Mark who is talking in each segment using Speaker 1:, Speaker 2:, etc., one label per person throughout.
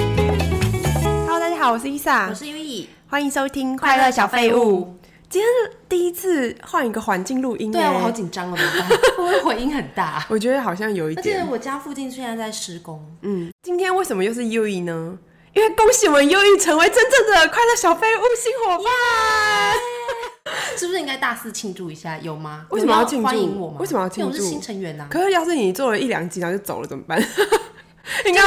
Speaker 1: Hello，大家好，我是伊莎
Speaker 2: 我，是优异，
Speaker 1: 欢迎收听《
Speaker 2: 快乐小废物》。
Speaker 1: 今天是第一次换一个环境录音耶，
Speaker 2: 对啊，我好紧 张哦，怎么办会不会回音很 大？
Speaker 1: 我觉得好像有一
Speaker 2: 而且
Speaker 1: 点。
Speaker 2: 我家附近现在在施工，
Speaker 1: 嗯，今天为什么又是优异呢？因为恭喜我们优异成为真正的快乐小废物新伙伴。
Speaker 2: 是不是应该大肆庆祝一下？有吗？
Speaker 1: 为什么要
Speaker 2: 有人
Speaker 1: 庆祝
Speaker 2: 欢迎我吗？
Speaker 1: 为什么要庆祝
Speaker 2: 因我是新成员呐、啊。
Speaker 1: 可是要是你做了一两集然后就走了怎么 办？应该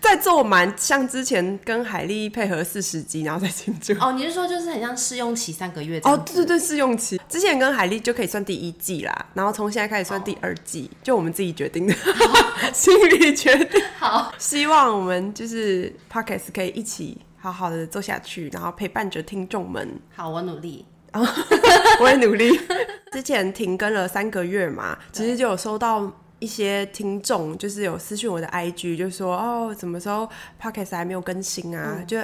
Speaker 1: 再做满，像之前跟海莉配合四十集，然后再庆祝。
Speaker 2: 哦，你是说就是很像试用期三个月这
Speaker 1: 哦
Speaker 2: 样，
Speaker 1: 对对对，试用期之前跟海莉就可以算第一季啦，然后从现在开始算第二季，
Speaker 2: 哦
Speaker 1: 就我们自己决定的， 心里决定。
Speaker 2: 好，
Speaker 1: 希望我们就是 podcast 可以一起好好的做下去，然后陪伴着听众们。
Speaker 2: 好，我努力。
Speaker 1: 我会努力。之前停更了三个月嘛，其实就有收到一些听众，就是有私讯我的 IG，就说哦，什么时候 podcast 还没有更新啊？就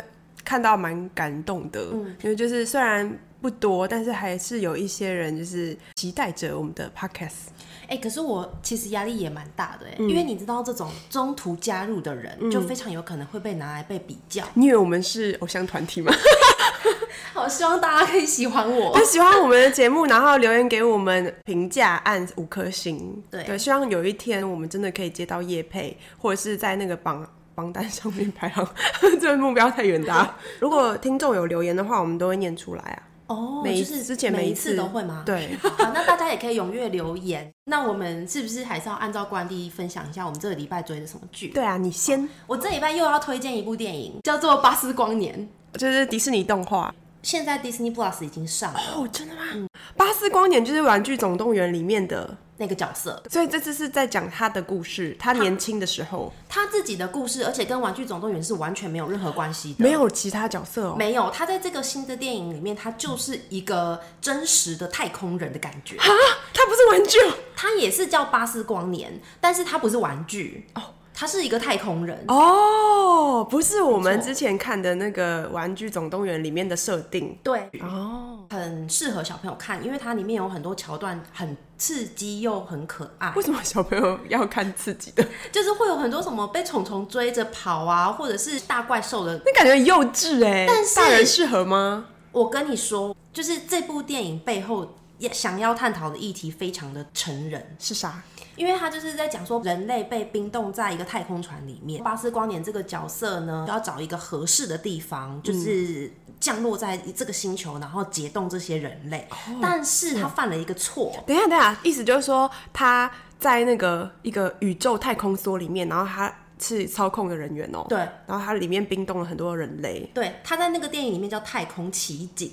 Speaker 1: 看到蛮感动的，因为就是虽然。不多，但是还是有一些人就是期待着我们的 podcast。
Speaker 2: 哎、可是我其实压力也蛮大的、哎，
Speaker 1: 嗯
Speaker 2: 因为你知道这种中途加入的人，就非常有可能会被拿来被比较。
Speaker 1: 你以为我们是偶像团体吗？
Speaker 2: 好，希望大家可以喜 欢我
Speaker 1: 就。喜欢我们的节目，然后留言给我们评价，按五颗星。
Speaker 2: 对
Speaker 1: 希望有一天我们真的可以接到叶配，或者是在那个榜榜单上面排行， 这个目标太远 大。如果听众有留言的话，我们都会念出来啊。
Speaker 2: 哦，
Speaker 1: 每一
Speaker 2: 就是
Speaker 1: 之前每
Speaker 2: 每
Speaker 1: 一次
Speaker 2: 次都会吗？
Speaker 1: 对
Speaker 2: 好，那大家也可以踊跃留言。那我们是不是还是要按照惯例分享一下我们这个礼拜追的什么剧？
Speaker 1: 对啊，你先，
Speaker 2: 我这礼拜又要推荐一部电影，叫做《巴斯光年》，
Speaker 1: 就是迪士尼动画
Speaker 2: 现在 Disney Plus 已经上了
Speaker 1: 哦，真的吗？巴斯光年就是《玩具总动员》里面的，
Speaker 2: 那个角色，
Speaker 1: 所以这次是在讲他的故事，他年轻的时候
Speaker 2: 他自己的故事，而且跟《玩具总动员》是完全没有任何关系的。
Speaker 1: 没有其他角色哦。
Speaker 2: 没有，他在这个新的电影里面，他就是一个真实的太空人的感觉。
Speaker 1: 他不是玩具哦
Speaker 2: 他也是叫巴斯光年，但是他不是玩具哦，他是一个太空人。
Speaker 1: 哦，不是我们
Speaker 2: 没错
Speaker 1: 之前看的那个《玩具总动员》里面的设定
Speaker 2: 对，
Speaker 1: 哦。
Speaker 2: 很适合小朋友看，因为它里面有很多桥段很刺激又很可爱，
Speaker 1: 为什么小朋友要看刺激的？
Speaker 2: 就是会有很多什么被虫虫追着跑啊，或者是大怪兽的。
Speaker 1: 那感觉很幼稚哎、
Speaker 2: 但是
Speaker 1: 大人适合吗？
Speaker 2: 我跟你说，就是这部电影背后也想要探讨的议题非常的成人，
Speaker 1: 是啥？
Speaker 2: 因为它就是在讲说人类被冰冻在一个太空船里面，巴斯光年这个角色呢，要找一个合适的地方，就是降落在这个星球，然后解冻这些人类。但是他犯了一个错，
Speaker 1: 等一下，等一下，意思就是说他在那个一个宇宙太空梭里面，然后他是操控的人员哦、
Speaker 2: 对，
Speaker 1: 然后他里面冰冻了很多人类。
Speaker 2: 对，他在那个电影里面叫《太空奇景》，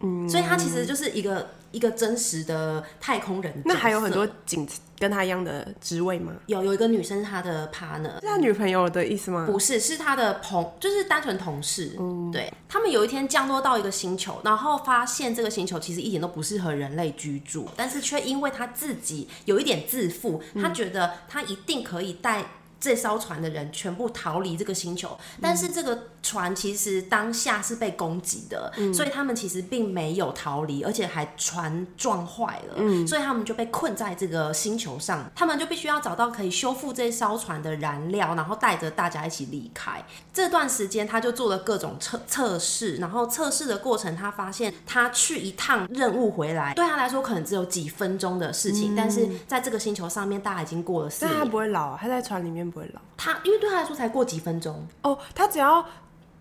Speaker 2: 嗯，所以他其实就是一个一个真实的太空人角色。
Speaker 1: 那还有很多警跟他一样的职位吗？
Speaker 2: 有有一个女生，她的 partner
Speaker 1: 是他女朋友的意思吗？
Speaker 2: 不是是她的朋，就是单纯同事。
Speaker 1: 嗯
Speaker 2: 对他们有一天降落到一个星球，然后发现这个星球其实一点都不适合人类居住，但是却因为他自己有一点自负，
Speaker 1: 嗯
Speaker 2: 他觉得他一定可以带。这艘船的人全部逃离这个星球，但是这个船其实当下是被攻击的，所以他们其实并没有逃离，而且还船撞坏了，所以他们就被困在这个星球上，他们就必须要找到可以修复这艘船的燃料，然后带着大家一起离开。这段时间他就做了各种测测试，然后测试的过程他发现他去一趟任务回来，对他来说可能只有几分钟的事情，但是在这个星球上面，大家已经过了四
Speaker 1: 但他
Speaker 2: 年，
Speaker 1: 不会老啊，他在船里面不会老。
Speaker 2: 他因为对他来说才过几分钟，
Speaker 1: 哦，他只要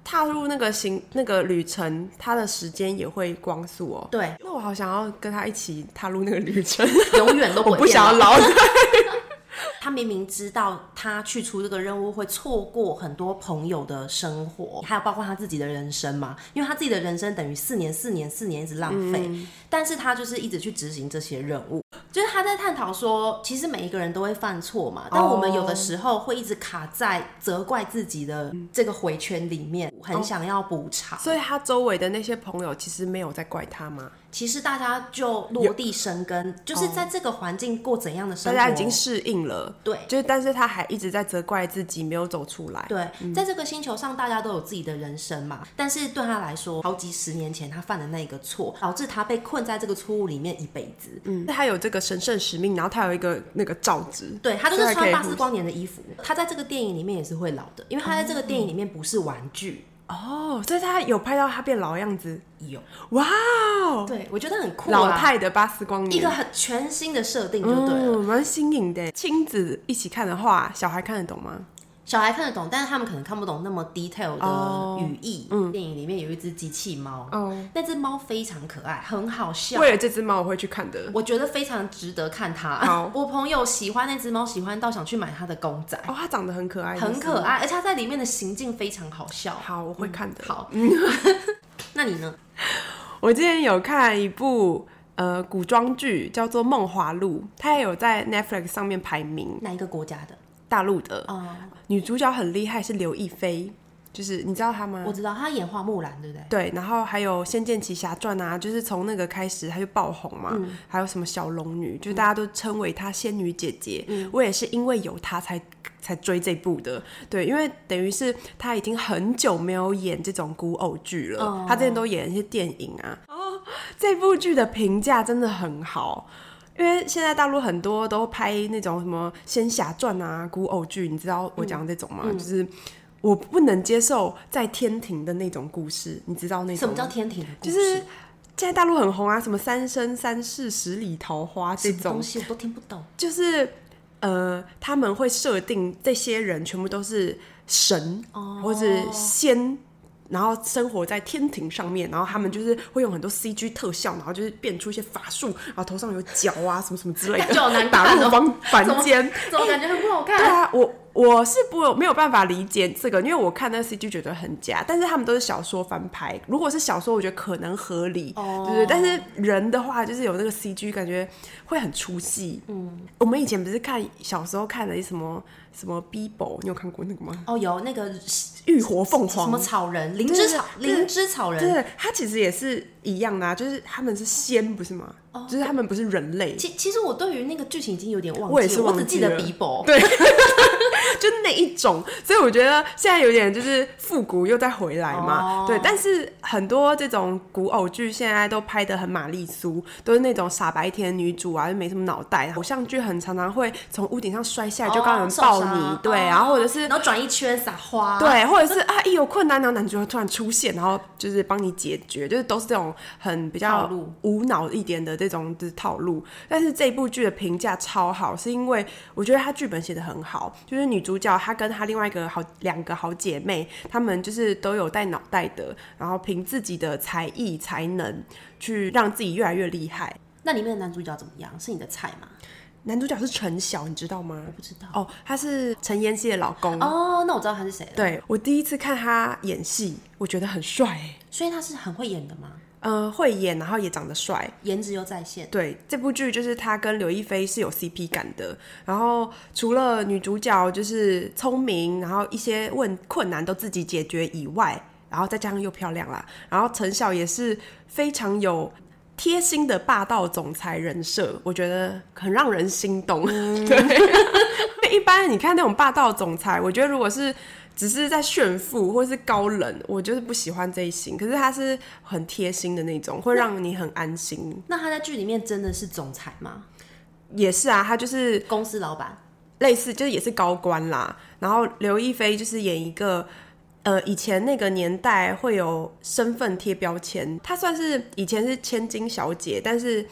Speaker 1: 踏入那个行那个旅程，他的时间也会光速哦。
Speaker 2: 对，
Speaker 1: 那我好想要跟他一起踏入那个旅 程，
Speaker 2: 永远都
Speaker 1: 我
Speaker 2: 会
Speaker 1: 不想要
Speaker 2: 变老。
Speaker 1: 老。
Speaker 2: 他明明知道他去出这个任务会错过很多朋友的生活，还有包括他自己的人生嘛，因为他自己的人生等于四年、四年、四年一直浪费，
Speaker 1: 嗯
Speaker 2: 但是他就是一直去执行这些任务。就是他在探讨说，其实每一个人都会犯错嘛，但我们
Speaker 1: 哦
Speaker 2: 有的时候会一直卡在责怪自己的这个
Speaker 1: 哦
Speaker 2: 回圈里面，很想要补偿。
Speaker 1: 所以他周围的那些朋友其实没有在怪他吗？
Speaker 2: 其实大家就落地生根，就是在这个环境过怎样的生
Speaker 1: 哦大
Speaker 2: 活，
Speaker 1: 家已经适应了，
Speaker 2: 对
Speaker 1: 就是但是他还一直在责怪自己没有走出来，
Speaker 2: 对，在这个星球上，大家都有自己的人生嘛。但是对他来说，好几十年前他犯的那个错，导致他被困在这个错误里面一辈子。
Speaker 1: 嗯，他有这个神圣使命，然后他有一个那个罩子，
Speaker 2: 对他就是
Speaker 1: 所以可
Speaker 2: 穿
Speaker 1: 以
Speaker 2: 巴斯
Speaker 1: 呼
Speaker 2: 光年的衣服，他在这个电影里面也是会老的，因为他在这个电影里面不是玩具。
Speaker 1: 哦，所以他有拍到他变老样子，
Speaker 2: 有，
Speaker 1: 哇哦，
Speaker 2: 对我觉得很酷、
Speaker 1: 嗯
Speaker 2: 啊，
Speaker 1: 老态的巴斯光年，
Speaker 2: 一个很全新的设定就对了。
Speaker 1: 嗯，蛮新颖的。亲子一起看的话，小孩看得懂吗？
Speaker 2: 小孩看得懂，但是他们可能看不懂那么 detail
Speaker 1: 哦
Speaker 2: 的语义。电影里面有一只机器猫，
Speaker 1: 哦，
Speaker 2: 那只猫非常可爱，很好笑。
Speaker 1: 为了这只猫，我会去看的。
Speaker 2: 我觉得非常值得看它
Speaker 1: 好。
Speaker 2: 我朋友喜欢那只猫，喜欢到想去买它的公仔，
Speaker 1: 哦，它长得很可爱，
Speaker 2: 很可
Speaker 1: 爱。
Speaker 2: 爱，而且它在里面的行径非常好笑。
Speaker 1: 好，我会看的。
Speaker 2: 好， 那你呢？
Speaker 1: 我之前有看一部呃古装剧，叫做《梦华录》，它也有在 Netflix 上面排名，
Speaker 2: 哪一个国家的？
Speaker 1: 大陆的。
Speaker 2: 哦
Speaker 1: 女主角很厉害，是刘亦菲，就是你知道她吗
Speaker 2: 我？知道他演花木兰，对不对？
Speaker 1: 对，然后还有《仙剑奇侠传》啊，就是从那个开始她就爆红嘛。
Speaker 2: 嗯
Speaker 1: 还有什么小龙女，就是大家都称为她仙女姐姐。
Speaker 2: 嗯
Speaker 1: 我也是因为有她才才追这部的。对，因为等于是她已经很久没有演这种古偶剧了，
Speaker 2: 哦
Speaker 1: 她之前都演一些电影啊。哦，这部剧的评价真的很好。因为现在大陆很多都拍那种什么仙侠传啊、古偶剧，你知道
Speaker 2: 嗯
Speaker 1: 我讲的这种吗？就是我不能接受在天庭的那种故事，你知道那种
Speaker 2: 什么叫
Speaker 1: 吗
Speaker 2: 天庭的故
Speaker 1: 就
Speaker 2: 事？
Speaker 1: 是现在大陆很红啊，什么三生三世十里桃花这
Speaker 2: 什么
Speaker 1: 种
Speaker 2: 东，西我都听不懂。
Speaker 1: 就是呃，他们会设定这些人全部都是神、
Speaker 2: 哦
Speaker 1: 或者仙。然后生活在天庭上面，然后他们就是会用很多 CG 特效，然后就是变出一些法术，然后头上有角啊，什么什么之类
Speaker 2: 感觉好
Speaker 1: 的，
Speaker 2: 难
Speaker 1: 打
Speaker 2: 看哦
Speaker 1: 入凡
Speaker 2: 怎
Speaker 1: 凡
Speaker 2: 么
Speaker 1: 间，
Speaker 2: 怎么感觉很不好
Speaker 1: 对
Speaker 2: 看？
Speaker 1: 啊，我我是不没有办法理解这个，因为我看那 CG 觉得很假，但是他们都是小说翻拍。如果是小说，我觉得可能合理，
Speaker 2: 哦
Speaker 1: 对对。但是人的话，就是有那个 CG，感觉会很出戏。嗯，我们以前不是看小时候看了什么什么 Bibo，你有看过那个吗？
Speaker 2: 哦，有那个
Speaker 1: 浴火凤
Speaker 2: 什么
Speaker 1: 凰。
Speaker 2: 草人，灵芝草，
Speaker 1: 对对
Speaker 2: 灵芝草人，
Speaker 1: 对，它其实也是一样的、啊，就是他们是仙，不是吗？
Speaker 2: 哦
Speaker 1: 就是他们不是人类，
Speaker 2: 其其实我对于那个剧情已经有点忘记了，
Speaker 1: 我也是
Speaker 2: 我
Speaker 1: 忘
Speaker 2: 只记
Speaker 1: 记
Speaker 2: 得
Speaker 1: 了
Speaker 2: Bibo。
Speaker 1: 对， 就那一种，所以我觉得现在有点就是复古又再回来嘛，
Speaker 2: 哦
Speaker 1: 对。但是很多这种古偶剧现在都拍的很玛丽苏，都是那种傻白甜女主啊，就没什么脑袋。偶像剧很常常会从屋顶上摔下来，就刚有人
Speaker 2: 受
Speaker 1: 抱你，
Speaker 2: 伤
Speaker 1: 对，
Speaker 2: 哦
Speaker 1: 然后或者是
Speaker 2: 然后转一圈撒花，，
Speaker 1: 对，或者是啊，一有困难，然后男主角突然出现，然后就是帮你解决，就是都是这种很比
Speaker 2: 套
Speaker 1: 较
Speaker 2: 路
Speaker 1: 无脑一点的这种就是套路。但是这部剧的评价超好，是因为我觉得她剧本写的很好，就是女主角她跟她另外一个好两个好姐妹，她们就是都有带脑袋的，然后凭自己的才艺才能去让自己越来越厉害。
Speaker 2: 那里面的男主角怎么样？是你的菜吗？
Speaker 1: 男主角是陈晓，你知道吗？
Speaker 2: 不知道。
Speaker 1: 哦，他是陈妍希的老公。
Speaker 2: 哦，那我知道他是谁了。
Speaker 1: 对我第一次看他演戏，我觉得很帅哎、
Speaker 2: 所以他是很会演的嘛，
Speaker 1: 呃，会演，然后也长得帅。
Speaker 2: 颜值又在线。
Speaker 1: 对，这部剧就是他跟刘亦菲是有 CP 感的。然后除了女主角就是聪明，然后一些问困难都自己解决以外，然后再加上又漂亮啦，然后陈晓也是非常有。贴心的霸道总裁人设，我觉得很让人心动。 对，一般你看那种霸道总裁，我觉得如果是只是在炫富或是高冷，我就是不喜欢这一型。可是他是很贴心的那种，会让你很安心。
Speaker 2: 那他在剧里面真的是总裁吗？
Speaker 1: 也是啊，他就是
Speaker 2: 公司老板
Speaker 1: 类似，就是也是高官啦。然后刘亦菲就是演一个，呃，以前那个年代会有身份贴标签，她算是以前是千金小姐，但是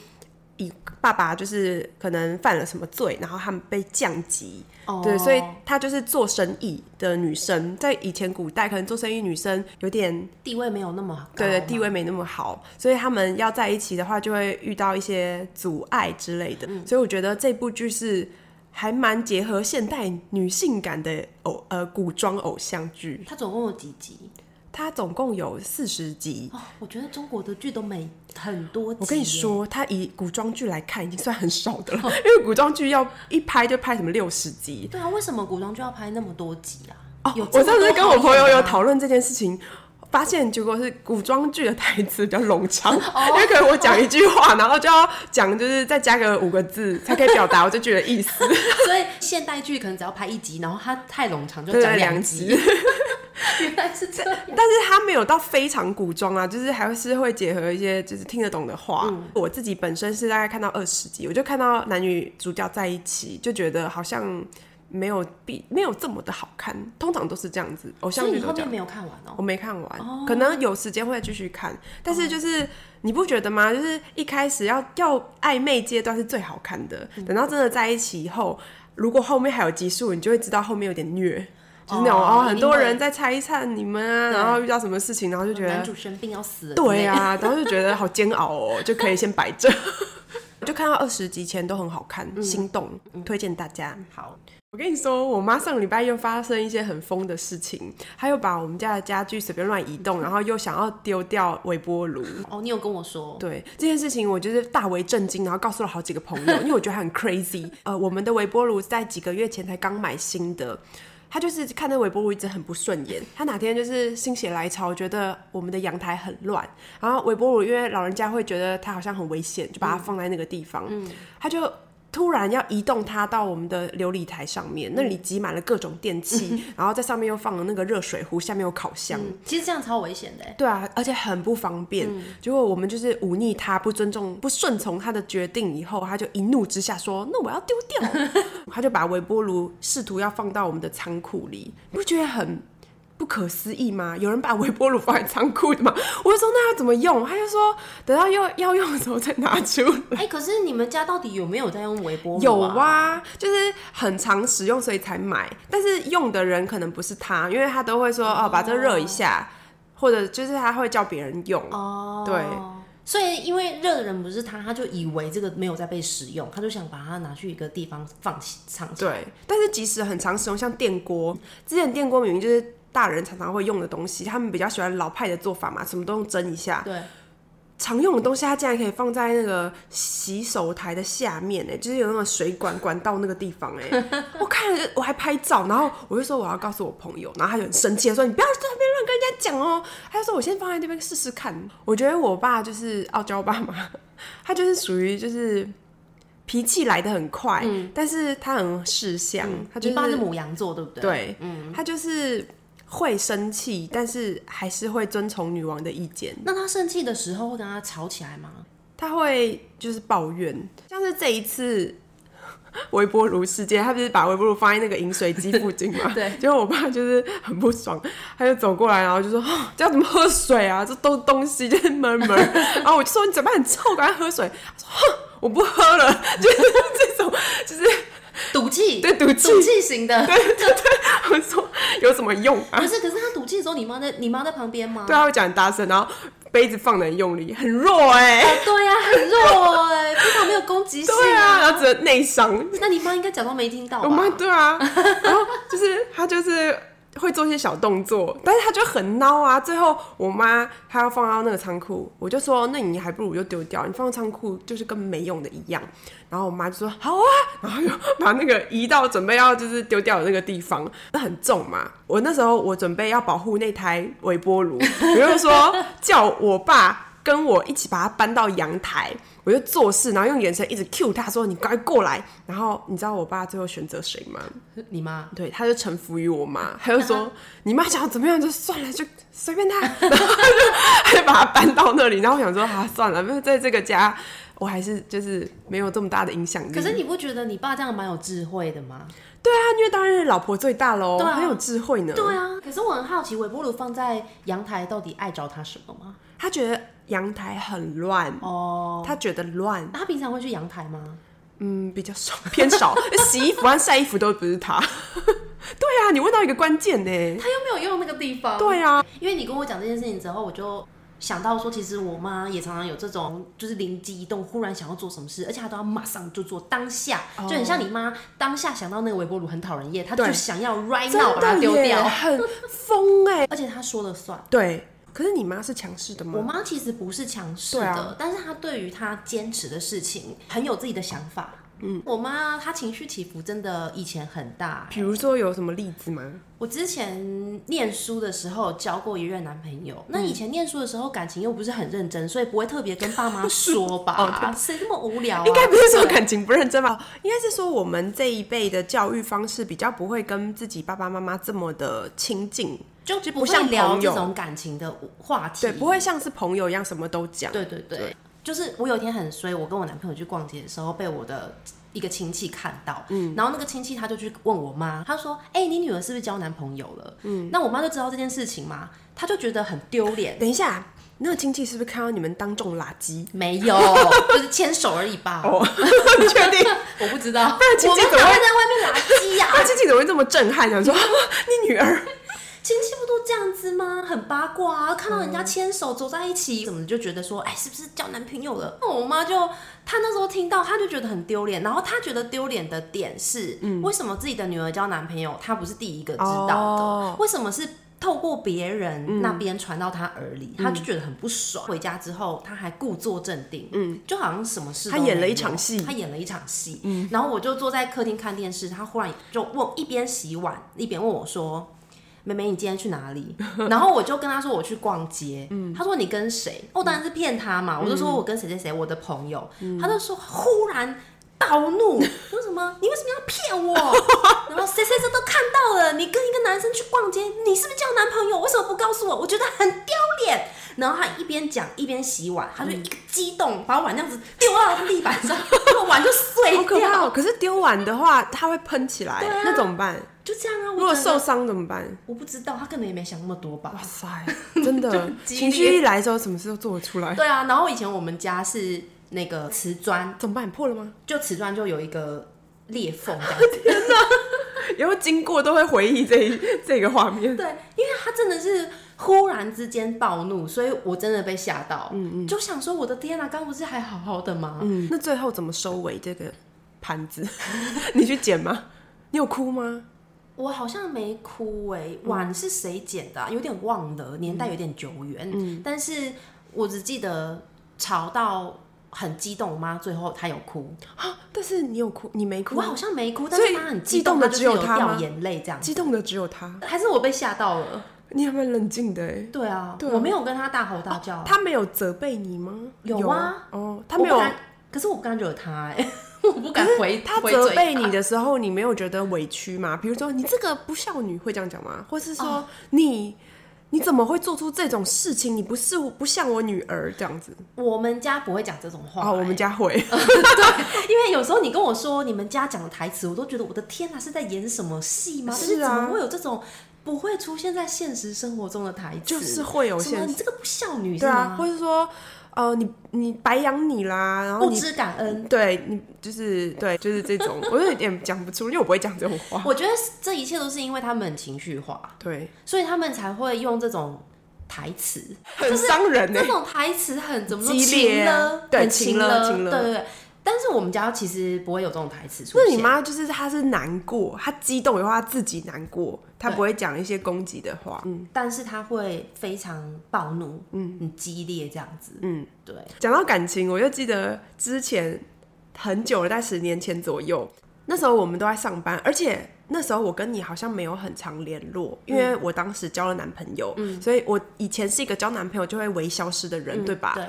Speaker 1: 以爸爸就是可能犯了什么罪，然后他们被降级。
Speaker 2: 哦
Speaker 1: 对，所以她就是做生意的女生，在以前古代可能做生意女生有点
Speaker 2: 地位没有那么高嘛，
Speaker 1: 对地位没那么好，所以他们要在一起的话，就会遇到一些阻碍之类的。
Speaker 2: 嗯
Speaker 1: 所以我觉得这部剧是还蛮结合现代女性感的偶呃古装偶像剧。
Speaker 2: 他总共有几集？
Speaker 1: 它总共有四十集。
Speaker 2: 哦，我觉得中国的剧都没很多集。啊
Speaker 1: 我跟你，说，它以古装剧来看，已经算很少 的了，因为古装剧要一拍就拍什么六十集。
Speaker 2: 对啊，为什么古装就要拍那么多集啊？
Speaker 1: 哦
Speaker 2: 有，
Speaker 1: 我上次跟我朋友有
Speaker 2: 讨。
Speaker 1: 讨论这件事情，发现结果是古装剧的台词比较冗长，
Speaker 2: 哦
Speaker 1: 因为可能我讲一句话，然后就要讲就是再加个五个字才可以表达我这句的意思，
Speaker 2: 所以现代剧可能只要拍一集，然后它太冗长就
Speaker 1: 对，
Speaker 2: 讲
Speaker 1: 两
Speaker 2: 两
Speaker 1: 集
Speaker 2: 集。。原来是这 样。
Speaker 1: 但是它没有到非常古装啊，就是还是会结合一些就是听得懂的话。
Speaker 2: 嗯
Speaker 1: 我自己本身是大概看到二十集，我就看到男女主角在一起，就觉得好像没有比没有这么的好看，通常都是这样子，偶
Speaker 2: 所
Speaker 1: 像
Speaker 2: 以
Speaker 1: 剧
Speaker 2: 你
Speaker 1: 都
Speaker 2: 后
Speaker 1: 这
Speaker 2: 面
Speaker 1: 样。
Speaker 2: 没有看完
Speaker 1: 我
Speaker 2: 哦。
Speaker 1: 没看完，可能有时间会继续看，但是就是你不觉得吗？就是一开始要要暧昧阶段是最好看的，
Speaker 2: 嗯
Speaker 1: 等到真的在一起以后，如果后面还有集数，你就会知道后面有点虐，就是那种
Speaker 2: 哦
Speaker 1: 哦，
Speaker 2: 一定
Speaker 1: 很多
Speaker 2: 会
Speaker 1: 人在猜一猜你们啊，
Speaker 2: 对
Speaker 1: 然后遇到什么事情，然后就觉
Speaker 2: 男
Speaker 1: 得
Speaker 2: 主哎生病要死了。
Speaker 1: 对啊，然后就觉得好煎熬哦，就可以先摆着。 我就看到二十集前都很好看，
Speaker 2: 嗯
Speaker 1: 心动，推荐大家。
Speaker 2: 好，
Speaker 1: 我跟你说，我妈上礼拜又发生一些很疯的事情，她又把我们家的家具随便乱移动，然后又想要丢掉微波炉。
Speaker 2: 哦，你有跟我说，
Speaker 1: 对这件事情，我就是大为震惊，然后告诉了好几个朋友，因为我觉得她很 crazy。呃，我们的微波炉在几个月前才刚买新的。她就是看那微波炉一直很不顺眼，她哪天就是心血来潮，觉得我们的阳台很乱，然后微波炉因为老人家会觉得它好像很危险，就把它放在那个地方，她就突然要移动它到我们的琉璃台上面，那里挤满了各种电器，然后在上面又放了那个热水壶，下面有烤箱，
Speaker 2: 嗯，其实这样超危险的欸。
Speaker 1: 对啊，而且很不方便。结果我们就是忤逆他，不尊重、不顺从他的决定，以后他就一怒之下说：“那我要丢掉。”他就把微波炉试图要放到我们的仓库里，你不觉得很不可思议吗？有人把微波炉放在仓库的吗？ 我就说那要怎么用？他就说等到要要用的时候再拿出来。
Speaker 2: 哎、可是你们家到底有没有在用微波炉、
Speaker 1: 有
Speaker 2: 啊，
Speaker 1: 啊，就是很常使用，所以才买。但是用的人可能不是他，因为他都会说哦，把这热一下，或者就是他会叫别人用。哦，对，
Speaker 2: 所以因为热的人不是他，他就以为这个没有在被使用，他就想把它拿去一个地方放起藏起来。
Speaker 1: 对，但是即使很常使用，像电锅，之前电锅明明就是大人常常会用的东西，他们比较喜欢老派的做法嘛，什么都用蒸一下。
Speaker 2: 对，
Speaker 1: 常用的东西，它竟然可以放在那个洗手台的下面，哎，就是有那种水管管道那个地方，哎， 我看了我还拍照，然后我就说我要告诉我朋友，然后他就很生气地说你不要在那边乱跟人家讲哦，他就说我先放在那边试试看。我觉得我爸就是傲娇爸妈，他就是属于就是脾气来的很快，但是他很识相，他就
Speaker 2: 嗯你爸是母嗯羊座，对不对？，
Speaker 1: 对，他就是会生气，但是还是会遵从女王的意见。
Speaker 2: 那他生气的时候会跟他吵起来吗？
Speaker 1: 他会就是抱怨，像是这一次 微波炉事件，他不是把微波炉放在那个饮水机附近嘛？
Speaker 2: 对。
Speaker 1: 结果我爸就是很不爽，他就走过来，然后就说：“哦，这样怎么喝水啊？这都是东西，就是闷闷。”然后我就说：“你嘴巴很臭，赶快喝水。”他说：“哼，我不喝了。” 就是这种，就是
Speaker 2: 赌气，
Speaker 1: 对赌气
Speaker 2: 赌气型的。
Speaker 1: 我说有什么用啊
Speaker 2: 可？是，可是他赌气的时候，你妈在，你妈在旁边吗？
Speaker 1: 对，他啊会讲很大声，然后杯子放的很用力，很弱哎、
Speaker 2: 哦，对呀、很弱 哎、非常没有攻击性
Speaker 1: 对啊，然后只能内伤。
Speaker 2: 那你妈应该假装没听到吧？
Speaker 1: 我妈对啊，然后就是啊她就是会做一些小动作，但是她就很孬啊。最后我妈她要放到那个仓库，我就说那你还不如就丢掉，你放到仓库就是跟没用的一样。然后我妈就说好啊，然后就把那个移到准备要就是丢掉的那个地方，那很重嘛。我那时候我准备要保护那台微波炉， 我就说叫我爸跟我一起把它搬到阳台。我就做事，然后用眼神一直 cue 他说：“你赶快过来。”然后你知道我爸最后选择谁吗？
Speaker 2: 你妈
Speaker 1: 对，他就臣服于我妈，他就说：“你妈想要怎么样就算了，就随便她。” 然后就他就把它搬到那里。然后我想说：“啊，算了，没有在这个家，我还是就是没有这么大的影响力。”
Speaker 2: 可是你不觉得你爸这样蛮有智慧的吗？
Speaker 1: 对啊，因为当然是老婆最大喽，
Speaker 2: 对啊
Speaker 1: 很有智慧呢。
Speaker 2: 对啊，可是我很好奇，微波炉放在阳台到底碍着他什么吗？
Speaker 1: 他觉得阳台很乱，
Speaker 2: 哦，
Speaker 1: 他觉得乱，
Speaker 2: 他平常会去阳台吗？
Speaker 1: 嗯，比较少， 偏少。洗衣服和晒衣服都不是他。 对啊，你问到一个关键呢。
Speaker 2: 他又没有用那个地方。，
Speaker 1: 对啊，
Speaker 2: 因为你跟我讲这件事情之后，我就想到说，其实我妈也常常有这种，就是灵机一动，忽然想要做什么事，而且她都要马上就做，当下就很像你妈当下想到那个微波炉很讨人厌，她就
Speaker 1: 对
Speaker 2: 想要 right
Speaker 1: 真
Speaker 2: now 把它
Speaker 1: 的
Speaker 2: 丢
Speaker 1: 耶，
Speaker 2: 掉，
Speaker 1: 很疯哎。
Speaker 2: 而且她说了算。
Speaker 1: 对，可是你妈是强势的吗？
Speaker 2: 我妈其实不是强势的，
Speaker 1: 嗯对啊
Speaker 2: 但是她对于她坚持的事情很有自己的想法。嗯，我妈她情绪起伏真的以前很大。
Speaker 1: 比如说有什么例子吗？
Speaker 2: 我之前念书的时候交过一任男朋友，那
Speaker 1: 嗯
Speaker 2: 以前念书的时候感情又不是很认真，所以不会特别跟 爸妈说
Speaker 1: 哦对
Speaker 2: 吧？谁这么无聊、啊？
Speaker 1: 应该不是说
Speaker 2: 对
Speaker 1: 感情不认真吧？应该是说我们这一辈的教育方式比较不会跟自己爸爸妈妈这么的亲近，
Speaker 2: 就
Speaker 1: 就
Speaker 2: 不
Speaker 1: 不
Speaker 2: 会
Speaker 1: 像
Speaker 2: 聊
Speaker 1: 朋
Speaker 2: 这
Speaker 1: 友
Speaker 2: 种感情的话题，
Speaker 1: 对，不会像是朋友一样什么都讲。
Speaker 2: 对对对，
Speaker 1: 对
Speaker 2: 就是我有一天很衰，我跟我男朋友去逛街的时候，被我的一个亲戚看到，
Speaker 1: 嗯
Speaker 2: 然后那个亲戚他就去问我妈，他说：“哎、你女儿是不是交男朋友了？”嗯，那我妈就知道这件事情嘛，她就觉得很丢 脸。？
Speaker 1: 等一下，那个亲戚是不是看到你们当众垃圾
Speaker 2: 没有，就是牵手而已吧。
Speaker 1: 哦你确定？
Speaker 2: 我不知 道，
Speaker 1: 然亲戚
Speaker 2: 我们
Speaker 1: 怎么
Speaker 2: 哪
Speaker 1: 会
Speaker 2: 会在外面垃圾呀、
Speaker 1: 他亲戚怎么会这么震撼？想说 你女儿
Speaker 2: 亲戚不都这样子吗？很八卦啊，看到人家牵手走在一起，怎么就觉得说，哎，是不是交男朋友了？哦那我妈就，她那时候听到，她就觉得很丢脸。然后她觉得丢脸的点是，为什么自己的女儿交男朋友，她不是第一个知道的？
Speaker 1: 哦
Speaker 2: 为什么是？透过别人那边传到她耳里，她就觉得很不爽。回家之后，她还故作镇定，嗯，就好像什么事都
Speaker 1: 她演了
Speaker 2: 没有
Speaker 1: 一场戏
Speaker 2: 她演了一场戏。嗯，然后我就坐在客厅看电视，她忽然就问，一边洗碗一边问我说：“妹妹，你今天去哪里？ 然后我就跟他说我去逛街，
Speaker 1: 嗯
Speaker 2: 他说你跟谁？我、当然是骗他嘛，我就说我跟谁谁谁，我的朋友，
Speaker 1: 嗯
Speaker 2: 他就说忽然暴怒，说什么你为什么要骗 我？然后谁谁谁都看到了，你跟一个男生去逛街，你是不是交男朋友？为什么不告诉我？我觉得很丢脸。然后他一边讲一边洗碗，他就一个激动，把碗这样子丢到地板 上，那个碗就
Speaker 1: 好
Speaker 2: 碎
Speaker 1: 可 怕、
Speaker 2: 掉
Speaker 1: 哦。，可是丢碗的话，它会喷起来，
Speaker 2: 啊
Speaker 1: 那怎么办？
Speaker 2: 就这样啊。
Speaker 1: 如果
Speaker 2: 我真的
Speaker 1: 受伤怎么办？
Speaker 2: 我不知道，他可能也没想那么多吧
Speaker 1: 哇。 塞，真的
Speaker 2: 激
Speaker 1: 情
Speaker 2: 烈
Speaker 1: 绪一来之后，什么事都做得出来，
Speaker 2: 对啊，然后以前我们家是那个瓷砖，
Speaker 1: 怎么办？破了吗？
Speaker 2: 就瓷砖就有一个裂缝这样子。
Speaker 1: 以后经过都会回忆这 一这个画面。
Speaker 2: 对，因为他真的是忽然之间暴怒，所以我真的被吓到，嗯嗯，就想说我的天啊，刚不是还好好的吗？
Speaker 1: 嗯，那最后怎么收尾这个盘子？ 你去捡吗？你有哭吗？
Speaker 2: 我好像没哭哎、
Speaker 1: 嗯
Speaker 2: 碗是谁捡的啊、有点忘了，年代有点久远，嗯，但是我只记得吵到很激动，我妈最后她有哭，
Speaker 1: 啊，但是你有哭，你没哭
Speaker 2: 我，好像没哭，但
Speaker 1: 所以
Speaker 2: 是她很
Speaker 1: 激
Speaker 2: 激
Speaker 1: 动
Speaker 2: 动，
Speaker 1: 的
Speaker 2: 她就
Speaker 1: 只
Speaker 2: 是
Speaker 1: 有
Speaker 2: 有
Speaker 1: 她吗
Speaker 2: 掉眼泪这样，
Speaker 1: 激动的只有他，
Speaker 2: 还是我被吓到了。
Speaker 1: 你还蛮冷静的哎。
Speaker 2: 对啊，
Speaker 1: 对啊
Speaker 2: 我没有跟他大吼大叫啊、
Speaker 1: 他没有责备你吗？
Speaker 2: 有啊
Speaker 1: 哦，
Speaker 2: 我
Speaker 1: 他没
Speaker 2: 不
Speaker 1: 有，
Speaker 2: 敢，可是我不敢惹他、哎， 我不敢回
Speaker 1: 他
Speaker 2: 回
Speaker 1: 责
Speaker 2: 嘴
Speaker 1: 备
Speaker 2: 巴
Speaker 1: 你的时候，你没有觉得委屈吗？比如说你这个不孝女会这样讲吗？或是说
Speaker 2: 哦
Speaker 1: 你你怎么会做出这种事情？你不是不像我女儿这样子
Speaker 2: 我们家不会讲这种话、
Speaker 1: 啊？我们家 会，
Speaker 2: 哎因为有时候你跟我说你们家讲的台词，我都觉得我的天哪、是在演什么戏吗？就是是
Speaker 1: 啊
Speaker 2: 怎么会有这种不会出现在现实生活中的台词？
Speaker 1: 就是会有
Speaker 2: 什么
Speaker 1: 现
Speaker 2: 你
Speaker 1: 实，
Speaker 2: 这个不孝女是
Speaker 1: 对啊，
Speaker 2: 吗？
Speaker 1: 或是说呃，你你白养你啦，然后
Speaker 2: 不
Speaker 1: 你
Speaker 2: 知感恩。
Speaker 1: 对你就是对就是这种，我有点讲不出，因为我不会讲这种话。
Speaker 2: 我觉得这一切都是因为他们很情绪化，
Speaker 1: 对，
Speaker 2: 所以他们才会用这种台词。
Speaker 1: 很伤人欸呢、
Speaker 2: 这种台词很怎么说？
Speaker 1: 激烈啊
Speaker 2: 情勒
Speaker 1: 对
Speaker 2: 很
Speaker 1: 情
Speaker 2: 情
Speaker 1: 勒
Speaker 2: 勒，
Speaker 1: 情勒
Speaker 2: 对对对。但是我们家其实不会有这种台词出
Speaker 1: 那
Speaker 2: 现。
Speaker 1: 你妈就是她是难过，她激动的话，她自己难过，她不会讲一些攻击的话。嗯，
Speaker 2: 但是她会非常暴怒，嗯，很激烈这样子，嗯，对。
Speaker 1: 讲到感情，我就记得之前很久了，在十年前左右，那时候我们都在上班，而且那时候我跟你好像没有很常联络，因为我当时交了男朋友，所以我以前是一个交男朋友就会微消失的人，对吧？
Speaker 2: 对，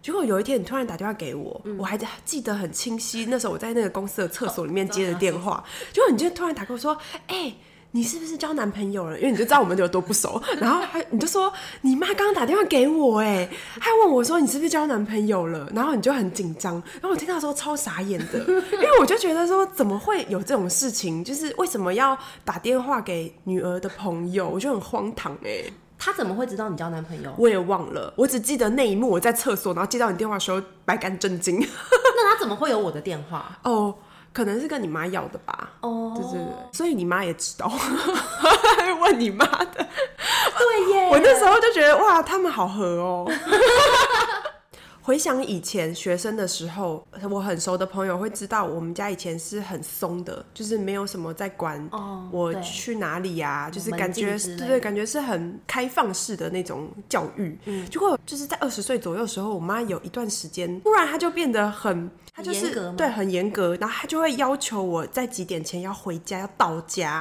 Speaker 1: 结果有一天你突然打电话给我，我还记得很清晰，那时候我在那个公司的厕所里面接的电话，结果你就突然打给我说，哎、你是不是交男朋友了？因为你就知道我们有多不熟， 然后还你就说你妈刚刚打电话给我、哎，还问我说你是不是交男朋友了？然后你就很紧张，然后我听到的时候超傻眼的，因为我就觉得说怎么会有这种事情？就是为什么要打电话给女儿的朋友？我就很荒唐哎、
Speaker 2: 她怎么会知道你交男朋友？
Speaker 1: 我也忘了，我只记得那一幕我在厕所，然后接到你电话的时候百感震惊。
Speaker 2: 那她怎么会有我的电话？
Speaker 1: 哦，可能是跟你妈要的吧。
Speaker 2: 哦
Speaker 1: 对对对，所以你妈也知道， 还问你妈的。
Speaker 2: 对耶，
Speaker 1: 我那时候就觉得哇，他们好合哦。回想以前学生的时候，我很熟的朋友会知道，我们家以前是很松的，就是没有什么在管
Speaker 2: 哦
Speaker 1: 我
Speaker 2: 对
Speaker 1: 去哪里呀、就是
Speaker 2: 门
Speaker 1: 感觉
Speaker 2: 禁之类
Speaker 1: 对
Speaker 2: 的
Speaker 1: 对，感觉是很开放式的那种教育。
Speaker 2: 嗯
Speaker 1: 结果就是在二十岁左右的时候，我妈有一段时间，突然她就变得很，她就
Speaker 2: 很
Speaker 1: 是
Speaker 2: 严格吗
Speaker 1: 对很严格，然后她就会要求我在几点前要回家，要到家，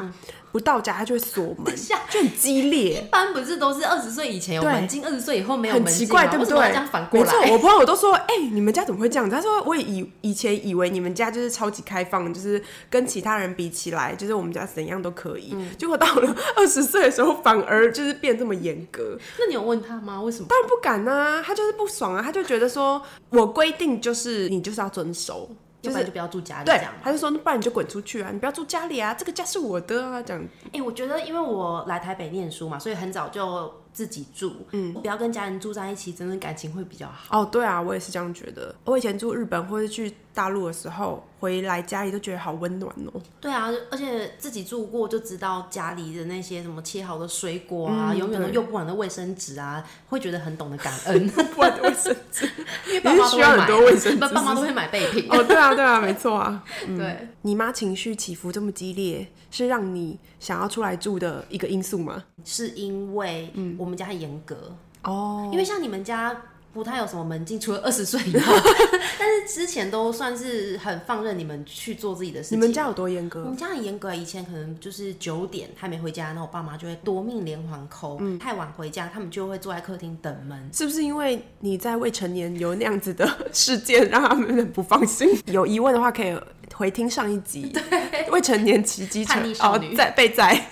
Speaker 1: 不到家她就会锁门，
Speaker 2: 嗯下
Speaker 1: 就很激烈。
Speaker 2: 一般不是都是二十岁以前有
Speaker 1: 对
Speaker 2: 门禁，二十岁以后没有
Speaker 1: 很
Speaker 2: 门
Speaker 1: 奇
Speaker 2: 禁
Speaker 1: 怪，
Speaker 2: 吗
Speaker 1: 对不
Speaker 2: 为什
Speaker 1: 对？
Speaker 2: 么要这样反过
Speaker 1: 没错，
Speaker 2: 来？
Speaker 1: 我朋友都说，哎、你们家怎么会这样子？他说，我也以以前以为你们家就是超级开放，就是跟其他人比起来，就是我们家怎样都可以。
Speaker 2: 嗯
Speaker 1: 结果到了 二十岁的时候，反而就是变这么严格，
Speaker 2: 那你有问他吗？为什么？
Speaker 1: 当然不敢啊，他就是不爽啊，他就觉得说我规定就是你就是要遵守，就
Speaker 2: 要不然
Speaker 1: 是
Speaker 2: 就。不要住哦家里这
Speaker 1: 对
Speaker 2: 样。，
Speaker 1: 他就说，那不然你就滚出去啊！你不要住家里啊，这个家是我的啊，这样
Speaker 2: 哎、我觉得因为我来台北念书嘛，所以很早就自己住，嗯，不要跟家人住在一起，真的感情会比较好。
Speaker 1: 哦，对啊，我也是这样觉得。我以前住日本或者去大陆的时候，回来家里都觉得好温暖 哦。
Speaker 2: 对啊，而且自己住过就知道家里的那些什么切好的水果啊，永远都
Speaker 1: 嗯对
Speaker 2: 用不完的卫生纸啊，会觉得很懂得感 恩，
Speaker 1: 不然卫生纸。
Speaker 2: 因为爸妈
Speaker 1: 你是
Speaker 2: 都
Speaker 1: 需
Speaker 2: 会
Speaker 1: 要很
Speaker 2: 买啊
Speaker 1: 多卫生纸
Speaker 2: 不爸妈都会买备品。
Speaker 1: 哦，对啊，对啊，没错啊。
Speaker 2: 对，
Speaker 1: 你妈情绪起伏这么激烈，是让你想要出来住的一个因素吗？
Speaker 2: 是因为我们家很严格，
Speaker 1: 嗯哦，
Speaker 2: 因为像你们家不太有什么门禁，除了二十岁以 后，但是之前都算是很放任你们去做自己的事
Speaker 1: 你
Speaker 2: 情。
Speaker 1: 们家有多严
Speaker 2: 我
Speaker 1: 格？
Speaker 2: 们家很严格，啊以前可能就是九点还没回家，那我爸妈就会夺命连环扣。
Speaker 1: 嗯
Speaker 2: 太晚回家，他们就会坐在客厅等门。
Speaker 1: 是不是因为你在未成年有那样子的 事件，让他们很不放心？有疑问的话，可以回听上一集。未成年奇迹成
Speaker 2: 叛逆少女
Speaker 1: 哦，在被 宰。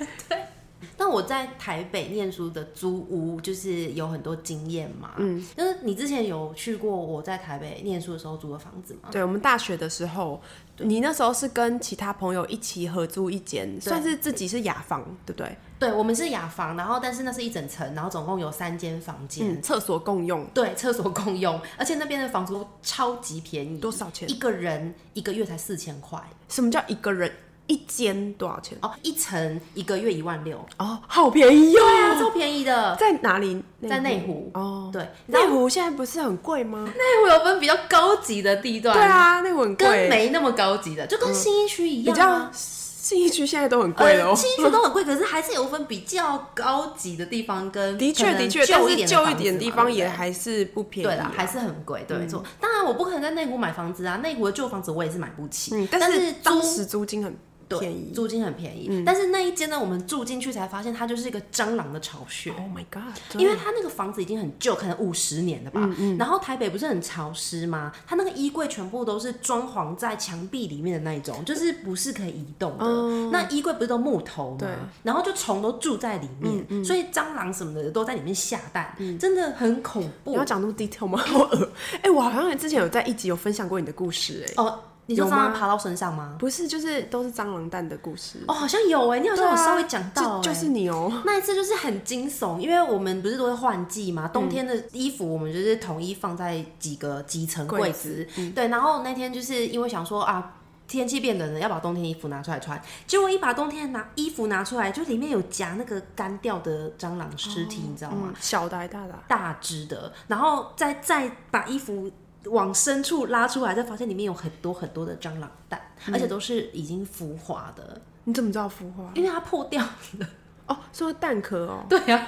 Speaker 2: 但我在台北念书的租屋，就是有很多经验嘛。嗯，就是你之前有去过我在台北念书的时候租的房子吗？
Speaker 1: 对我们大学的时候，你那时候是跟其他朋友一起合租一间，算是自己是雅房，对不对？
Speaker 2: 对，我们是雅房，然后但是那是一整层，然后总共有三间房间。
Speaker 1: 嗯，厕所共用，
Speaker 2: 对，厕所共用，而且那边的房租超级便宜，
Speaker 1: 多少钱
Speaker 2: 一个人一个月才四千块
Speaker 1: 什么叫一个人一间多少钱？
Speaker 2: 哦，一层一个月一万六，
Speaker 1: 哦，好便宜哦！
Speaker 2: 对啊，超便宜的，
Speaker 1: 在哪里？
Speaker 2: 在内湖。
Speaker 1: 哦，
Speaker 2: 对，
Speaker 1: 内湖现在不是很贵吗？
Speaker 2: 内湖有分比较高级的地段，嗯
Speaker 1: 对，啊，内湖很
Speaker 2: 跟
Speaker 1: 贵，
Speaker 2: 没那么高级的，就跟新一区一
Speaker 1: 比
Speaker 2: 样、
Speaker 1: 较
Speaker 2: 啊。
Speaker 1: 信义区现在都很贵
Speaker 2: 呃
Speaker 1: 喽。
Speaker 2: 新一区都很贵，可是还是有分比较高级的地方跟
Speaker 1: 的
Speaker 2: 可
Speaker 1: 确，
Speaker 2: 能
Speaker 1: 的确，但
Speaker 2: 旧
Speaker 1: 是
Speaker 2: 点的
Speaker 1: 旧一
Speaker 2: 房子
Speaker 1: 点
Speaker 2: 嘛
Speaker 1: 地
Speaker 2: 对
Speaker 1: 方
Speaker 2: 不
Speaker 1: 也
Speaker 2: 对
Speaker 1: 还啊是不便宜。
Speaker 2: 对啦，还是很贵，对，没
Speaker 1: 嗯
Speaker 2: 错。当然，我不可能在内湖买房子啊，内湖的旧房子我也是买不起。
Speaker 1: 嗯，
Speaker 2: 但
Speaker 1: 但是
Speaker 2: 租
Speaker 1: 当时租金很
Speaker 2: 对
Speaker 1: 便宜。嗯
Speaker 2: 租金很便宜。但是那一间呢，我们住进去才发现它就是一个蟑螂的巢穴。
Speaker 1: Oh my god！真的
Speaker 2: 因为它那个房子已经很旧，可能五十年了吧。
Speaker 1: 嗯
Speaker 2: 然后台北不是很潮湿吗？它那个衣柜全部都是装潢在墙壁里面的那一种，就是不是可以移动的。那衣柜不是都木头吗
Speaker 1: 哦对？嗯
Speaker 2: 然后就虫都住在里面，所以蟑螂什么的都在里面下蛋，真的很恐
Speaker 1: 你
Speaker 2: 怖
Speaker 1: 要。讲那么 detail 吗？ 好恶！哎，我好像之前有在一集有分享过你的故事，哎，
Speaker 2: 哦，你说
Speaker 1: 有
Speaker 2: 蟑
Speaker 1: 吗
Speaker 2: 螂爬到身上吗？
Speaker 1: 不是，就是都是蟑螂蛋的故事。
Speaker 2: 哦，好像有哎、你好
Speaker 1: 对
Speaker 2: 像
Speaker 1: 啊
Speaker 2: 有稍微讲到、哎。
Speaker 1: 就就是你哦。
Speaker 2: 那一次就是很惊悚，因为我们不是都会换季嘛，冬天的衣服我们就是统一放在几个几层柜子，嗯对。然后那天就是因为想说啊，天气变冷了，要把冬天衣服拿出来穿，结果一把冬天拿衣服拿出来，就里面有夹那个干掉的蟑螂尸体，你知道吗？
Speaker 1: 嗯，小的还大的啊？
Speaker 2: 大只的，然后再再把衣服。往深处拉出来，再发现里面有很多很多的蟑螂蛋，而且都是已经孵化的，
Speaker 1: 你怎么知道孵化？
Speaker 2: 因为它破掉
Speaker 1: 哦，说蛋壳哦，
Speaker 2: 对呀、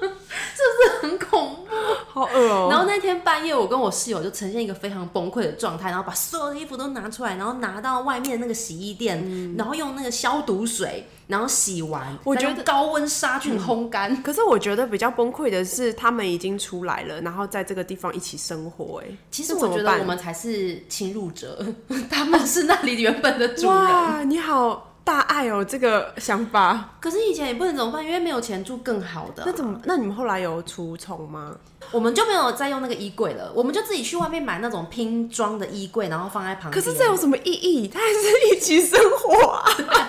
Speaker 2: 是不是很恐怖？
Speaker 1: 好恶哦。
Speaker 2: 然后那天半夜，我跟我室友就呈现一个非常崩溃的状态，然后把所有的衣服都拿出来，然后拿到外面那个洗衣店，然后用那个消毒水，然后洗完，
Speaker 1: 嗯我
Speaker 2: 再
Speaker 1: 觉
Speaker 2: 用
Speaker 1: 得嗯
Speaker 2: 高温杀菌烘干。
Speaker 1: 可是我觉得比较崩溃的是，他们已经出来了，然后在这个地方一起生活、哎，
Speaker 2: 其实
Speaker 1: 那
Speaker 2: 我
Speaker 1: 怎
Speaker 2: 觉
Speaker 1: 么
Speaker 2: 得
Speaker 1: 办
Speaker 2: 我们才是侵入者， 他们是那里原本的主人。
Speaker 1: 哇，你好大爱哦，这个想法。
Speaker 2: 可是以前也不能怎么办，因为没有钱住更好的啊、
Speaker 1: 那怎么？那你们后来有除虫吗？
Speaker 2: 我们就没有再用那个衣柜了，我们就自己去外面买那种拼装的衣柜，然后放在旁边。
Speaker 1: 可是这有什么意义？他还是一起生活啊。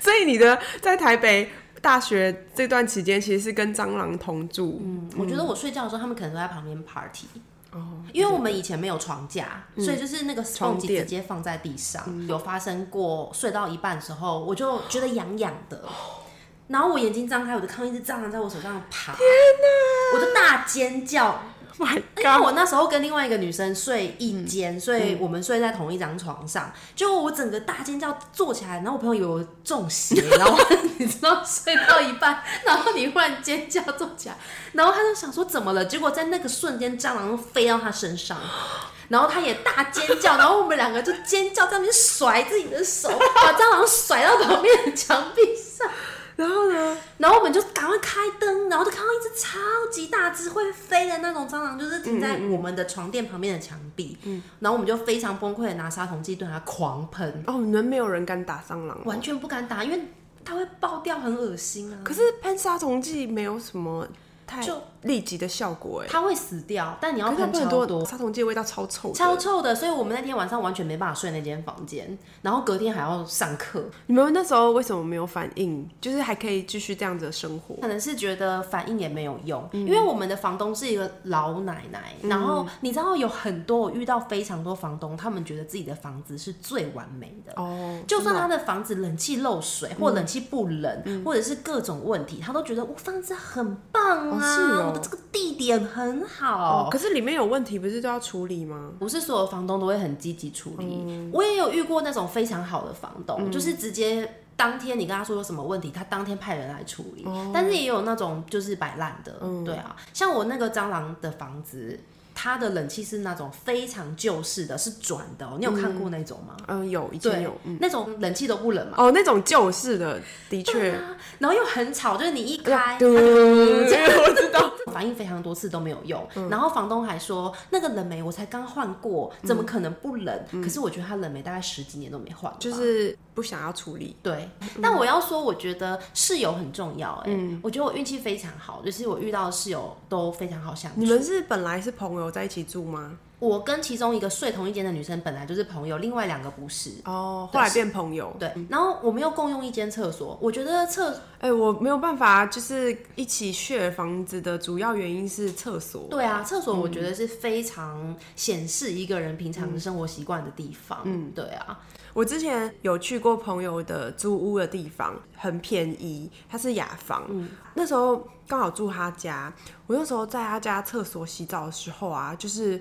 Speaker 1: 所以你的在台北大学这段期间，其实是跟蟑螂同住。嗯，
Speaker 2: 我觉得我睡觉的时候，他们可能都在旁边 party。哦，因为我们以前没有床架，所以就是那个
Speaker 1: 嗯床
Speaker 2: sponge
Speaker 1: 垫嗯
Speaker 2: 直接放在地上。有发生过睡到一半的时候，我就觉得痒痒的，
Speaker 1: 哦
Speaker 2: 然后我眼睛张开，我就看到一只蟑螂在我手上爬，天哪！我就大尖叫，
Speaker 1: My
Speaker 2: 因为
Speaker 1: God！
Speaker 2: 我那时候跟另外一个女生睡一间，所以我们睡在同一张床上。就我整个大尖叫坐起来，然后我朋友以为我中邪，然后 你知道睡到一半，然后你忽然尖叫坐起来，然后他就想说怎么了？结果在那个瞬间，蟑螂飞到他身上。然后他也大尖叫，然后我们两个就尖叫，在那边甩自己的手，把蟑螂甩到旁边的墙壁上。
Speaker 1: 然后呢？
Speaker 2: 然后我们就赶快开灯，然后就看到一只超级大只会飞的那种蟑螂，就是停
Speaker 1: 嗯
Speaker 2: 在我们的床垫旁边的墙壁。然后我们就非常崩溃的拿杀虫剂对它狂喷，
Speaker 1: 哦，你们没有人敢打蟑螂哦，
Speaker 2: 完全不敢打，因为它会爆掉，很恶心啊。
Speaker 1: 可是喷杀虫剂没有什么太
Speaker 2: 就
Speaker 1: 立即的效果哎，
Speaker 2: 它会死掉，但你要
Speaker 1: 可是它
Speaker 2: 喷
Speaker 1: 喷哦很
Speaker 2: 超
Speaker 1: 多
Speaker 2: 多。
Speaker 1: 杀虫剂的味道超臭的，
Speaker 2: 超臭的，所以我们那天晚上完全没办法睡那间房间，然后隔天还要上课，
Speaker 1: 你们那时候为什么没有反应？就是还可以继续这样子的生活？
Speaker 2: 可能是觉得反应也没有用，
Speaker 1: 嗯
Speaker 2: 因为我们的房东是一个老奶奶，然后你知道有很多我遇到非常多房东，他们觉得自己的房子是最完美的。
Speaker 1: 哦，嗯
Speaker 2: 就算他的房子冷气漏水，或冷气不冷，或者是各种问题，他都觉得我房子很棒
Speaker 1: 哦
Speaker 2: 啊，
Speaker 1: 是哦
Speaker 2: 我的这个地点很
Speaker 1: 哦
Speaker 2: 好，。
Speaker 1: 可是里面有问题，不是都要处理吗？
Speaker 2: 不是所有房东都会很积极处理。
Speaker 1: 嗯
Speaker 2: 我也有遇过那种非常好的房东，就是直接当天你跟他说有什么问题，他当天派人来处理。
Speaker 1: 哦
Speaker 2: 但是也有那种就是摆烂的，
Speaker 1: 嗯
Speaker 2: 对啊，像我那个蟑螂的房子。它的冷气是那种非常旧式的，是转的、哦。你有看过那种吗？
Speaker 1: 嗯，有，以前
Speaker 2: 对
Speaker 1: 有。，
Speaker 2: 那种冷气都不冷嘛。
Speaker 1: 哦，那种旧式的，的确，
Speaker 2: 然后又很吵，就是你一开，
Speaker 1: 嘟，我知道。 嗯
Speaker 2: 反应非常多次都没有用，然后房东还说那个冷媒我才刚换过，怎么可能不冷？可是我觉得它冷媒大概十几年都没换了吧，
Speaker 1: 嗯就是嗯不想要处理。
Speaker 2: 对。但我要说，我觉得室友很重要、哎、
Speaker 1: 嗯
Speaker 2: 我觉得我运气非常好，就是我遇到的室友都非常好相处。
Speaker 1: 你们是本来是朋友在一起住吗？
Speaker 2: 我跟其中一个睡同一间的女生本来就是朋友，另外两个不是。
Speaker 1: 哦，后来变朋友。
Speaker 2: 对，然后我们又共用一间厕所，我觉得厕
Speaker 1: 哎、我没有办法，就是一起 share 房子的主要原因是厕所。
Speaker 2: 对啊，厕所我
Speaker 1: 嗯
Speaker 2: 觉得是非常显示一个人平常的生活习惯的地方。嗯，对啊，
Speaker 1: 我之前有去过朋友的租屋的地方，很便宜，它是雅房。那时候刚好住他家，我那时候在他家厕所洗澡的时候啊，就是。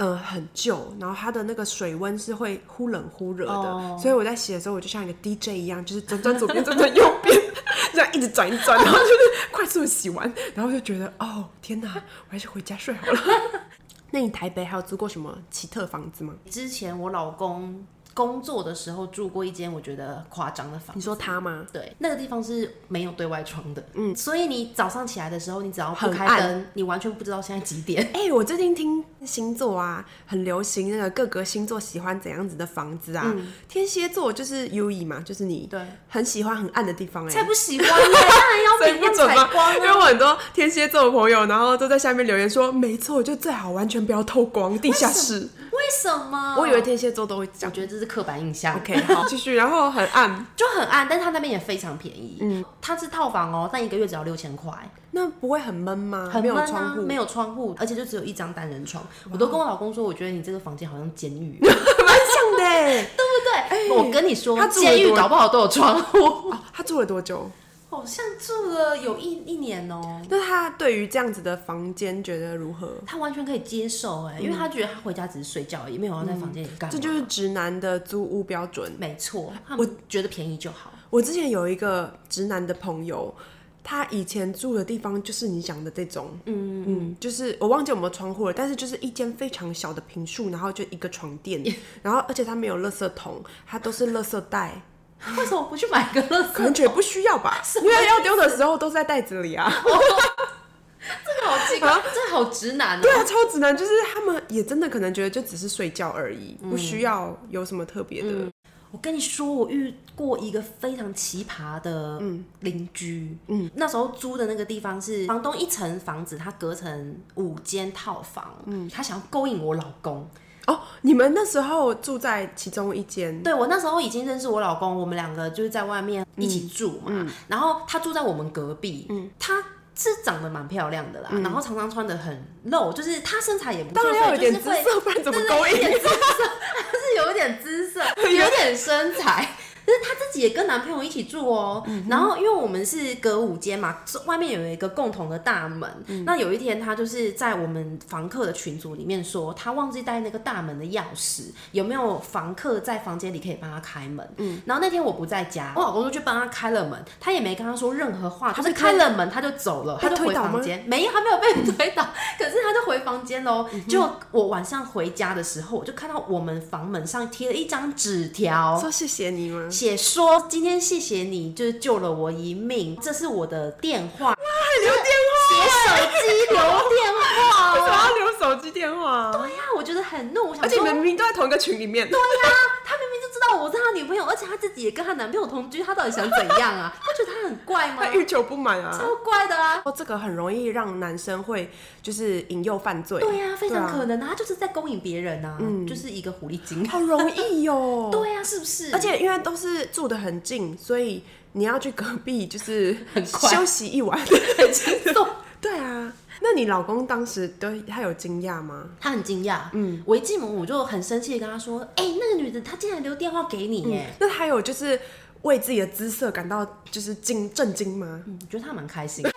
Speaker 1: 嗯、很旧，然后它的那个水温是会忽冷忽热的所以我在洗的时候，我就像一个 DJ 一样，就是转转左边，转转右边， 这样一直转一转，然后就是快速地洗完，然后就觉得哦，天哪，我还是回家睡好了。 那你台北还有租过什么奇特房子吗？
Speaker 2: 之前我老公工作的时候住过一间我觉得夸张的房
Speaker 1: 你
Speaker 2: 子。
Speaker 1: 说他吗？
Speaker 2: 对，那个地方是没有对外窗的，嗯，所以你早上起来的时候，你只要不
Speaker 1: 很
Speaker 2: 开
Speaker 1: 暗
Speaker 2: 灯，你完全不知道现在几 点。
Speaker 1: 哎、我最近听星座啊，很流行那个各个星座喜欢怎样子的房子啊。天蝎座就是 U E 嘛，就是你
Speaker 2: 嗯对
Speaker 1: 很喜欢很暗的地方哎、
Speaker 2: 才不 喜欢呢，当然要
Speaker 1: 所以
Speaker 2: 明
Speaker 1: 不
Speaker 2: 亮
Speaker 1: 准
Speaker 2: 采
Speaker 1: 吗？
Speaker 2: 光
Speaker 1: 因为
Speaker 2: 啊。
Speaker 1: 我很多天蝎座的朋友，然后都在下面留言说，没错，就最好完全不要透光，地下室。
Speaker 2: 为什么？
Speaker 1: 我以为，天蝎座都会这
Speaker 2: 我
Speaker 1: 样。
Speaker 2: 觉得这是刻板印象。
Speaker 1: OK，好，继续。然后很暗，
Speaker 2: 就很暗，但是他那边也非常便宜。嗯，它是套房哦，但一个月只要六千块，
Speaker 1: 那不会很闷吗？
Speaker 2: 很
Speaker 1: 没有
Speaker 2: 闷
Speaker 1: 窗
Speaker 2: 啊，
Speaker 1: 户，
Speaker 2: 没有窗户，而且就只有一张单人床。我都跟我老公说，我觉得你这个房间好像监狱，对
Speaker 1: 蛮像的欸。
Speaker 2: 不对？我跟你说
Speaker 1: 他，住了
Speaker 2: 监狱
Speaker 1: 多
Speaker 2: 搞不好都有窗户。
Speaker 1: 哦，他住了多久？
Speaker 2: 好像住了有一一年哦。
Speaker 1: 那他对于这样子的房间觉得如何？
Speaker 2: 他完全可以接受哎、因为他觉得他回家只是睡觉而已，没有要在房间里干嘛、
Speaker 1: 这就是直男的租屋标准。
Speaker 2: 没错，他们觉得便宜就好。
Speaker 1: 我之前有一个直男的朋友，他以前住的地方就是你讲的这种，嗯嗯，就是我忘记有没有窗户了，但是就是一间非常小的平数，然后就一个床垫，然后而且他没有垃圾桶，他都是垃圾袋，
Speaker 2: 为什么不去买个乐
Speaker 1: 可
Speaker 2: 色？
Speaker 1: 能觉得不需要吧，因为要丢的时候都是在袋子里 啊。
Speaker 2: 这个好奇怪，这好直男哦、
Speaker 1: 对啊，超直男，就是他们也真的可能觉得就只是睡觉而已，不需要有什么特别的。
Speaker 2: 我跟你说，我遇过一个非常奇葩的邻居。嗯，那时候租的那个地方是房东一层房子，他隔成五间套房。嗯，他想要勾引我老公。
Speaker 1: 哦，你们那时候住在其中一间，
Speaker 2: 对我那时候已经认识我老公，我们两个就是在外面一起住嘛，
Speaker 1: 嗯
Speaker 2: 然后他住在我们隔壁，嗯，他。是长得蛮漂亮的啦，然后常常穿的很露，就是他身材也不
Speaker 1: 嗯
Speaker 2: 错，
Speaker 1: 当然要有点姿
Speaker 2: 所以就是会
Speaker 1: 色，不然怎么勾引？
Speaker 2: 但是有一点姿色，有点身材。 可是她自己也跟男朋友一起住哦。
Speaker 1: 嗯
Speaker 2: 然后因为我们是隔五间嘛，外面有一个共同的大门。
Speaker 1: 嗯
Speaker 2: 那有一天她就是在我们房客的群组里面说，她忘记带那个大门的钥匙，有没有房客在房间里可以帮她开门？
Speaker 1: 嗯
Speaker 2: 然后那天我不在家，我老公就去帮她开了门，她也没跟她说任何话，
Speaker 1: 她
Speaker 2: 就
Speaker 1: 被
Speaker 2: 是开了门她就走了，
Speaker 1: 被
Speaker 2: 她就
Speaker 1: 推
Speaker 2: 回
Speaker 1: 倒吗
Speaker 2: 房间，没有，她没有被推倒，可是她就回房间喽。
Speaker 1: 嗯
Speaker 2: 就我晚上回家的时候，我就看到我们房门上贴了一张纸条，
Speaker 1: 说谢谢你吗？
Speaker 2: 写说今天谢谢你，就是救了我一命，这是我的电话，
Speaker 1: 留电
Speaker 2: 写手机留电
Speaker 1: 话，
Speaker 2: 话
Speaker 1: 为什
Speaker 2: 哦。
Speaker 1: 么要留手机电话？
Speaker 2: 对啊呀、我觉得很怒，我想
Speaker 1: 而且你
Speaker 2: 说
Speaker 1: 们明明都在同一个群里面，
Speaker 2: 她明明就知道我是她女朋友，而且她自己也跟她男朋友同居，她到底想怎 样啊？她觉得她很怪吗
Speaker 1: 他？欲求不满啊。
Speaker 2: 超怪的啊！
Speaker 1: 哦，这个很容易让男生会就是引诱犯罪。
Speaker 2: 对呀、非常可
Speaker 1: 对嗯
Speaker 2: 能啊，她就是在勾引别人啊，就是一个狐狸精
Speaker 1: 啊。好容易哟、
Speaker 2: 对啊呀、是不是？
Speaker 1: 而且因为都是住的很近，所以你要去隔壁就是
Speaker 2: 很快
Speaker 1: 休息一晚。
Speaker 2: 很轻松。
Speaker 1: 对啊，那你老公当时都他有惊讶吗？
Speaker 2: 他很惊讶，嗯，我一进门我就很生气的跟他说：“哎、那个女的她竟然留电话给你耶！”
Speaker 1: 那他有就是为自己的姿色感到就是惊震惊吗？
Speaker 2: 嗯我觉得她蛮开心的。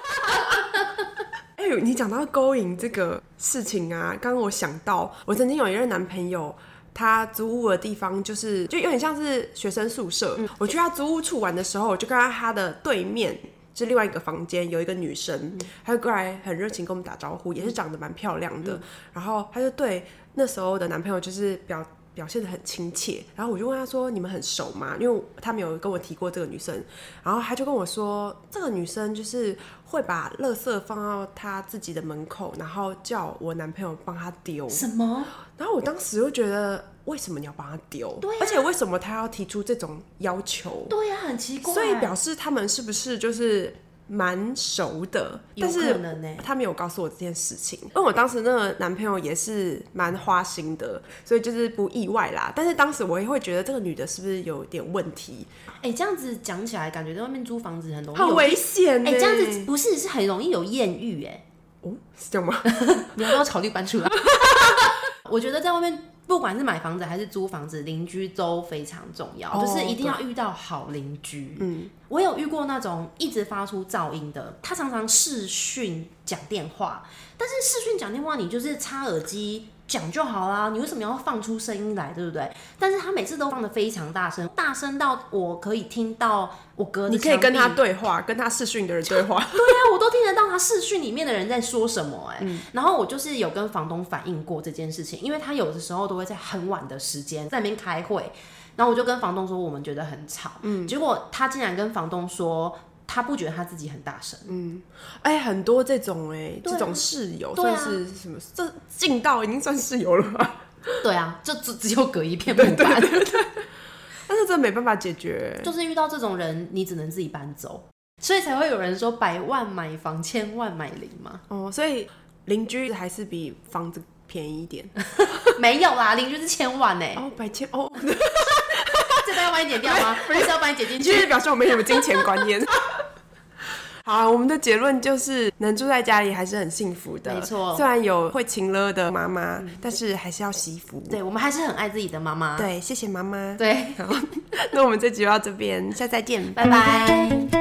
Speaker 1: 哎、呦，你讲到勾引这个事情啊，刚刚我想到，我曾经有一任男朋友，他租屋的地方就是就有点像是学生宿舍。我去他租屋处玩的时候，我就看到他的对面。就另外一个房间有一个女生，她就过来很热情跟我们打招呼，也是长得蛮漂亮的。然后她就对那时候的男朋友就是表表现得很亲切。然后我就问她说：“你们很熟吗？”因为他没有跟我提过这个女生。然后他就跟我说，这个女生就是会把垃圾放到她自己的门口，然后叫我男朋友帮她丢。
Speaker 2: 什么？
Speaker 1: 然后我当时就觉得，为什么你要帮她丢？
Speaker 2: 对啊
Speaker 1: 而且为什么她要提出这种要求？
Speaker 2: 对呀、很奇怪。
Speaker 1: 所以表示他们是不是就是蛮熟的？
Speaker 2: 有
Speaker 1: 但
Speaker 2: 可
Speaker 1: 是
Speaker 2: 能呢
Speaker 1: 他没有告诉我这件事情，因为我当时那个男朋友也是蛮花心的，所以就是不意外啦。但是当时我也会觉得这个女的是不是有点问题？
Speaker 2: 哎、这样子讲起来，感觉在外面租房子很容易
Speaker 1: 很
Speaker 2: 有。
Speaker 1: 危险、
Speaker 2: 哎、
Speaker 1: 欸
Speaker 2: 这样子不是是很容易有艳遇哎、
Speaker 1: 哦，是这样吗？
Speaker 2: 你要不要考虑搬出来？我觉得在外面，不管是买房子还是租房子，邻居都非常重要，
Speaker 1: 哦
Speaker 2: 就是一定要遇到好邻居。嗯，我有遇过那种一直发出噪音的，他常常视讯讲电话，但是视讯讲电话，你就是插耳机。讲就好啦，你为什么要放出声音来，对不对？但是他每次都放的非常大声，大声到我可以听到我隔着
Speaker 1: 你可以跟
Speaker 2: 墙
Speaker 1: 他
Speaker 2: 壁
Speaker 1: 对话，跟他视讯的人对话。
Speaker 2: 对啊，我都听得到他视讯里面的人在说什么哎、然后我就是有跟房东反映过这件事情，因为他有的时候都会在很晚的时间在那边开会，然后我就跟房东说我们觉得很吵，嗯，结果他竟然跟房东说他不觉得他自己很大声，
Speaker 1: 哎、很多这种哎、
Speaker 2: 对啊
Speaker 1: 这种室友
Speaker 2: 对啊
Speaker 1: 算是什么？这近道已经算室友了吧？
Speaker 2: 对啊，就只只有隔一 片木板，
Speaker 1: 但是这没办法解决。
Speaker 2: 就是遇到这种人，你只能自己搬走，所以才会有人说百万买房，千万买零嘛。
Speaker 1: 哦，所以邻居还是比房子便宜一 点。
Speaker 2: 没有啦，零就是千万呢、欸，
Speaker 1: 哦，百千哦，
Speaker 2: 这段要 帮你剪掉吗？还是要帮你剪进
Speaker 1: 你
Speaker 2: 去
Speaker 1: 就？是表示我没什么金钱观念。 好，我们的结论就是能住在家里还是很幸福的。
Speaker 2: 没错嗯
Speaker 1: 虽然有会情勒的妈妈，但是还是要惜福。
Speaker 2: 对，我们还是很爱自己的妈 妈。
Speaker 1: 对，谢谢妈妈。
Speaker 2: 对，
Speaker 1: 好，那我们这集就到这边，下次再见，
Speaker 2: 拜拜。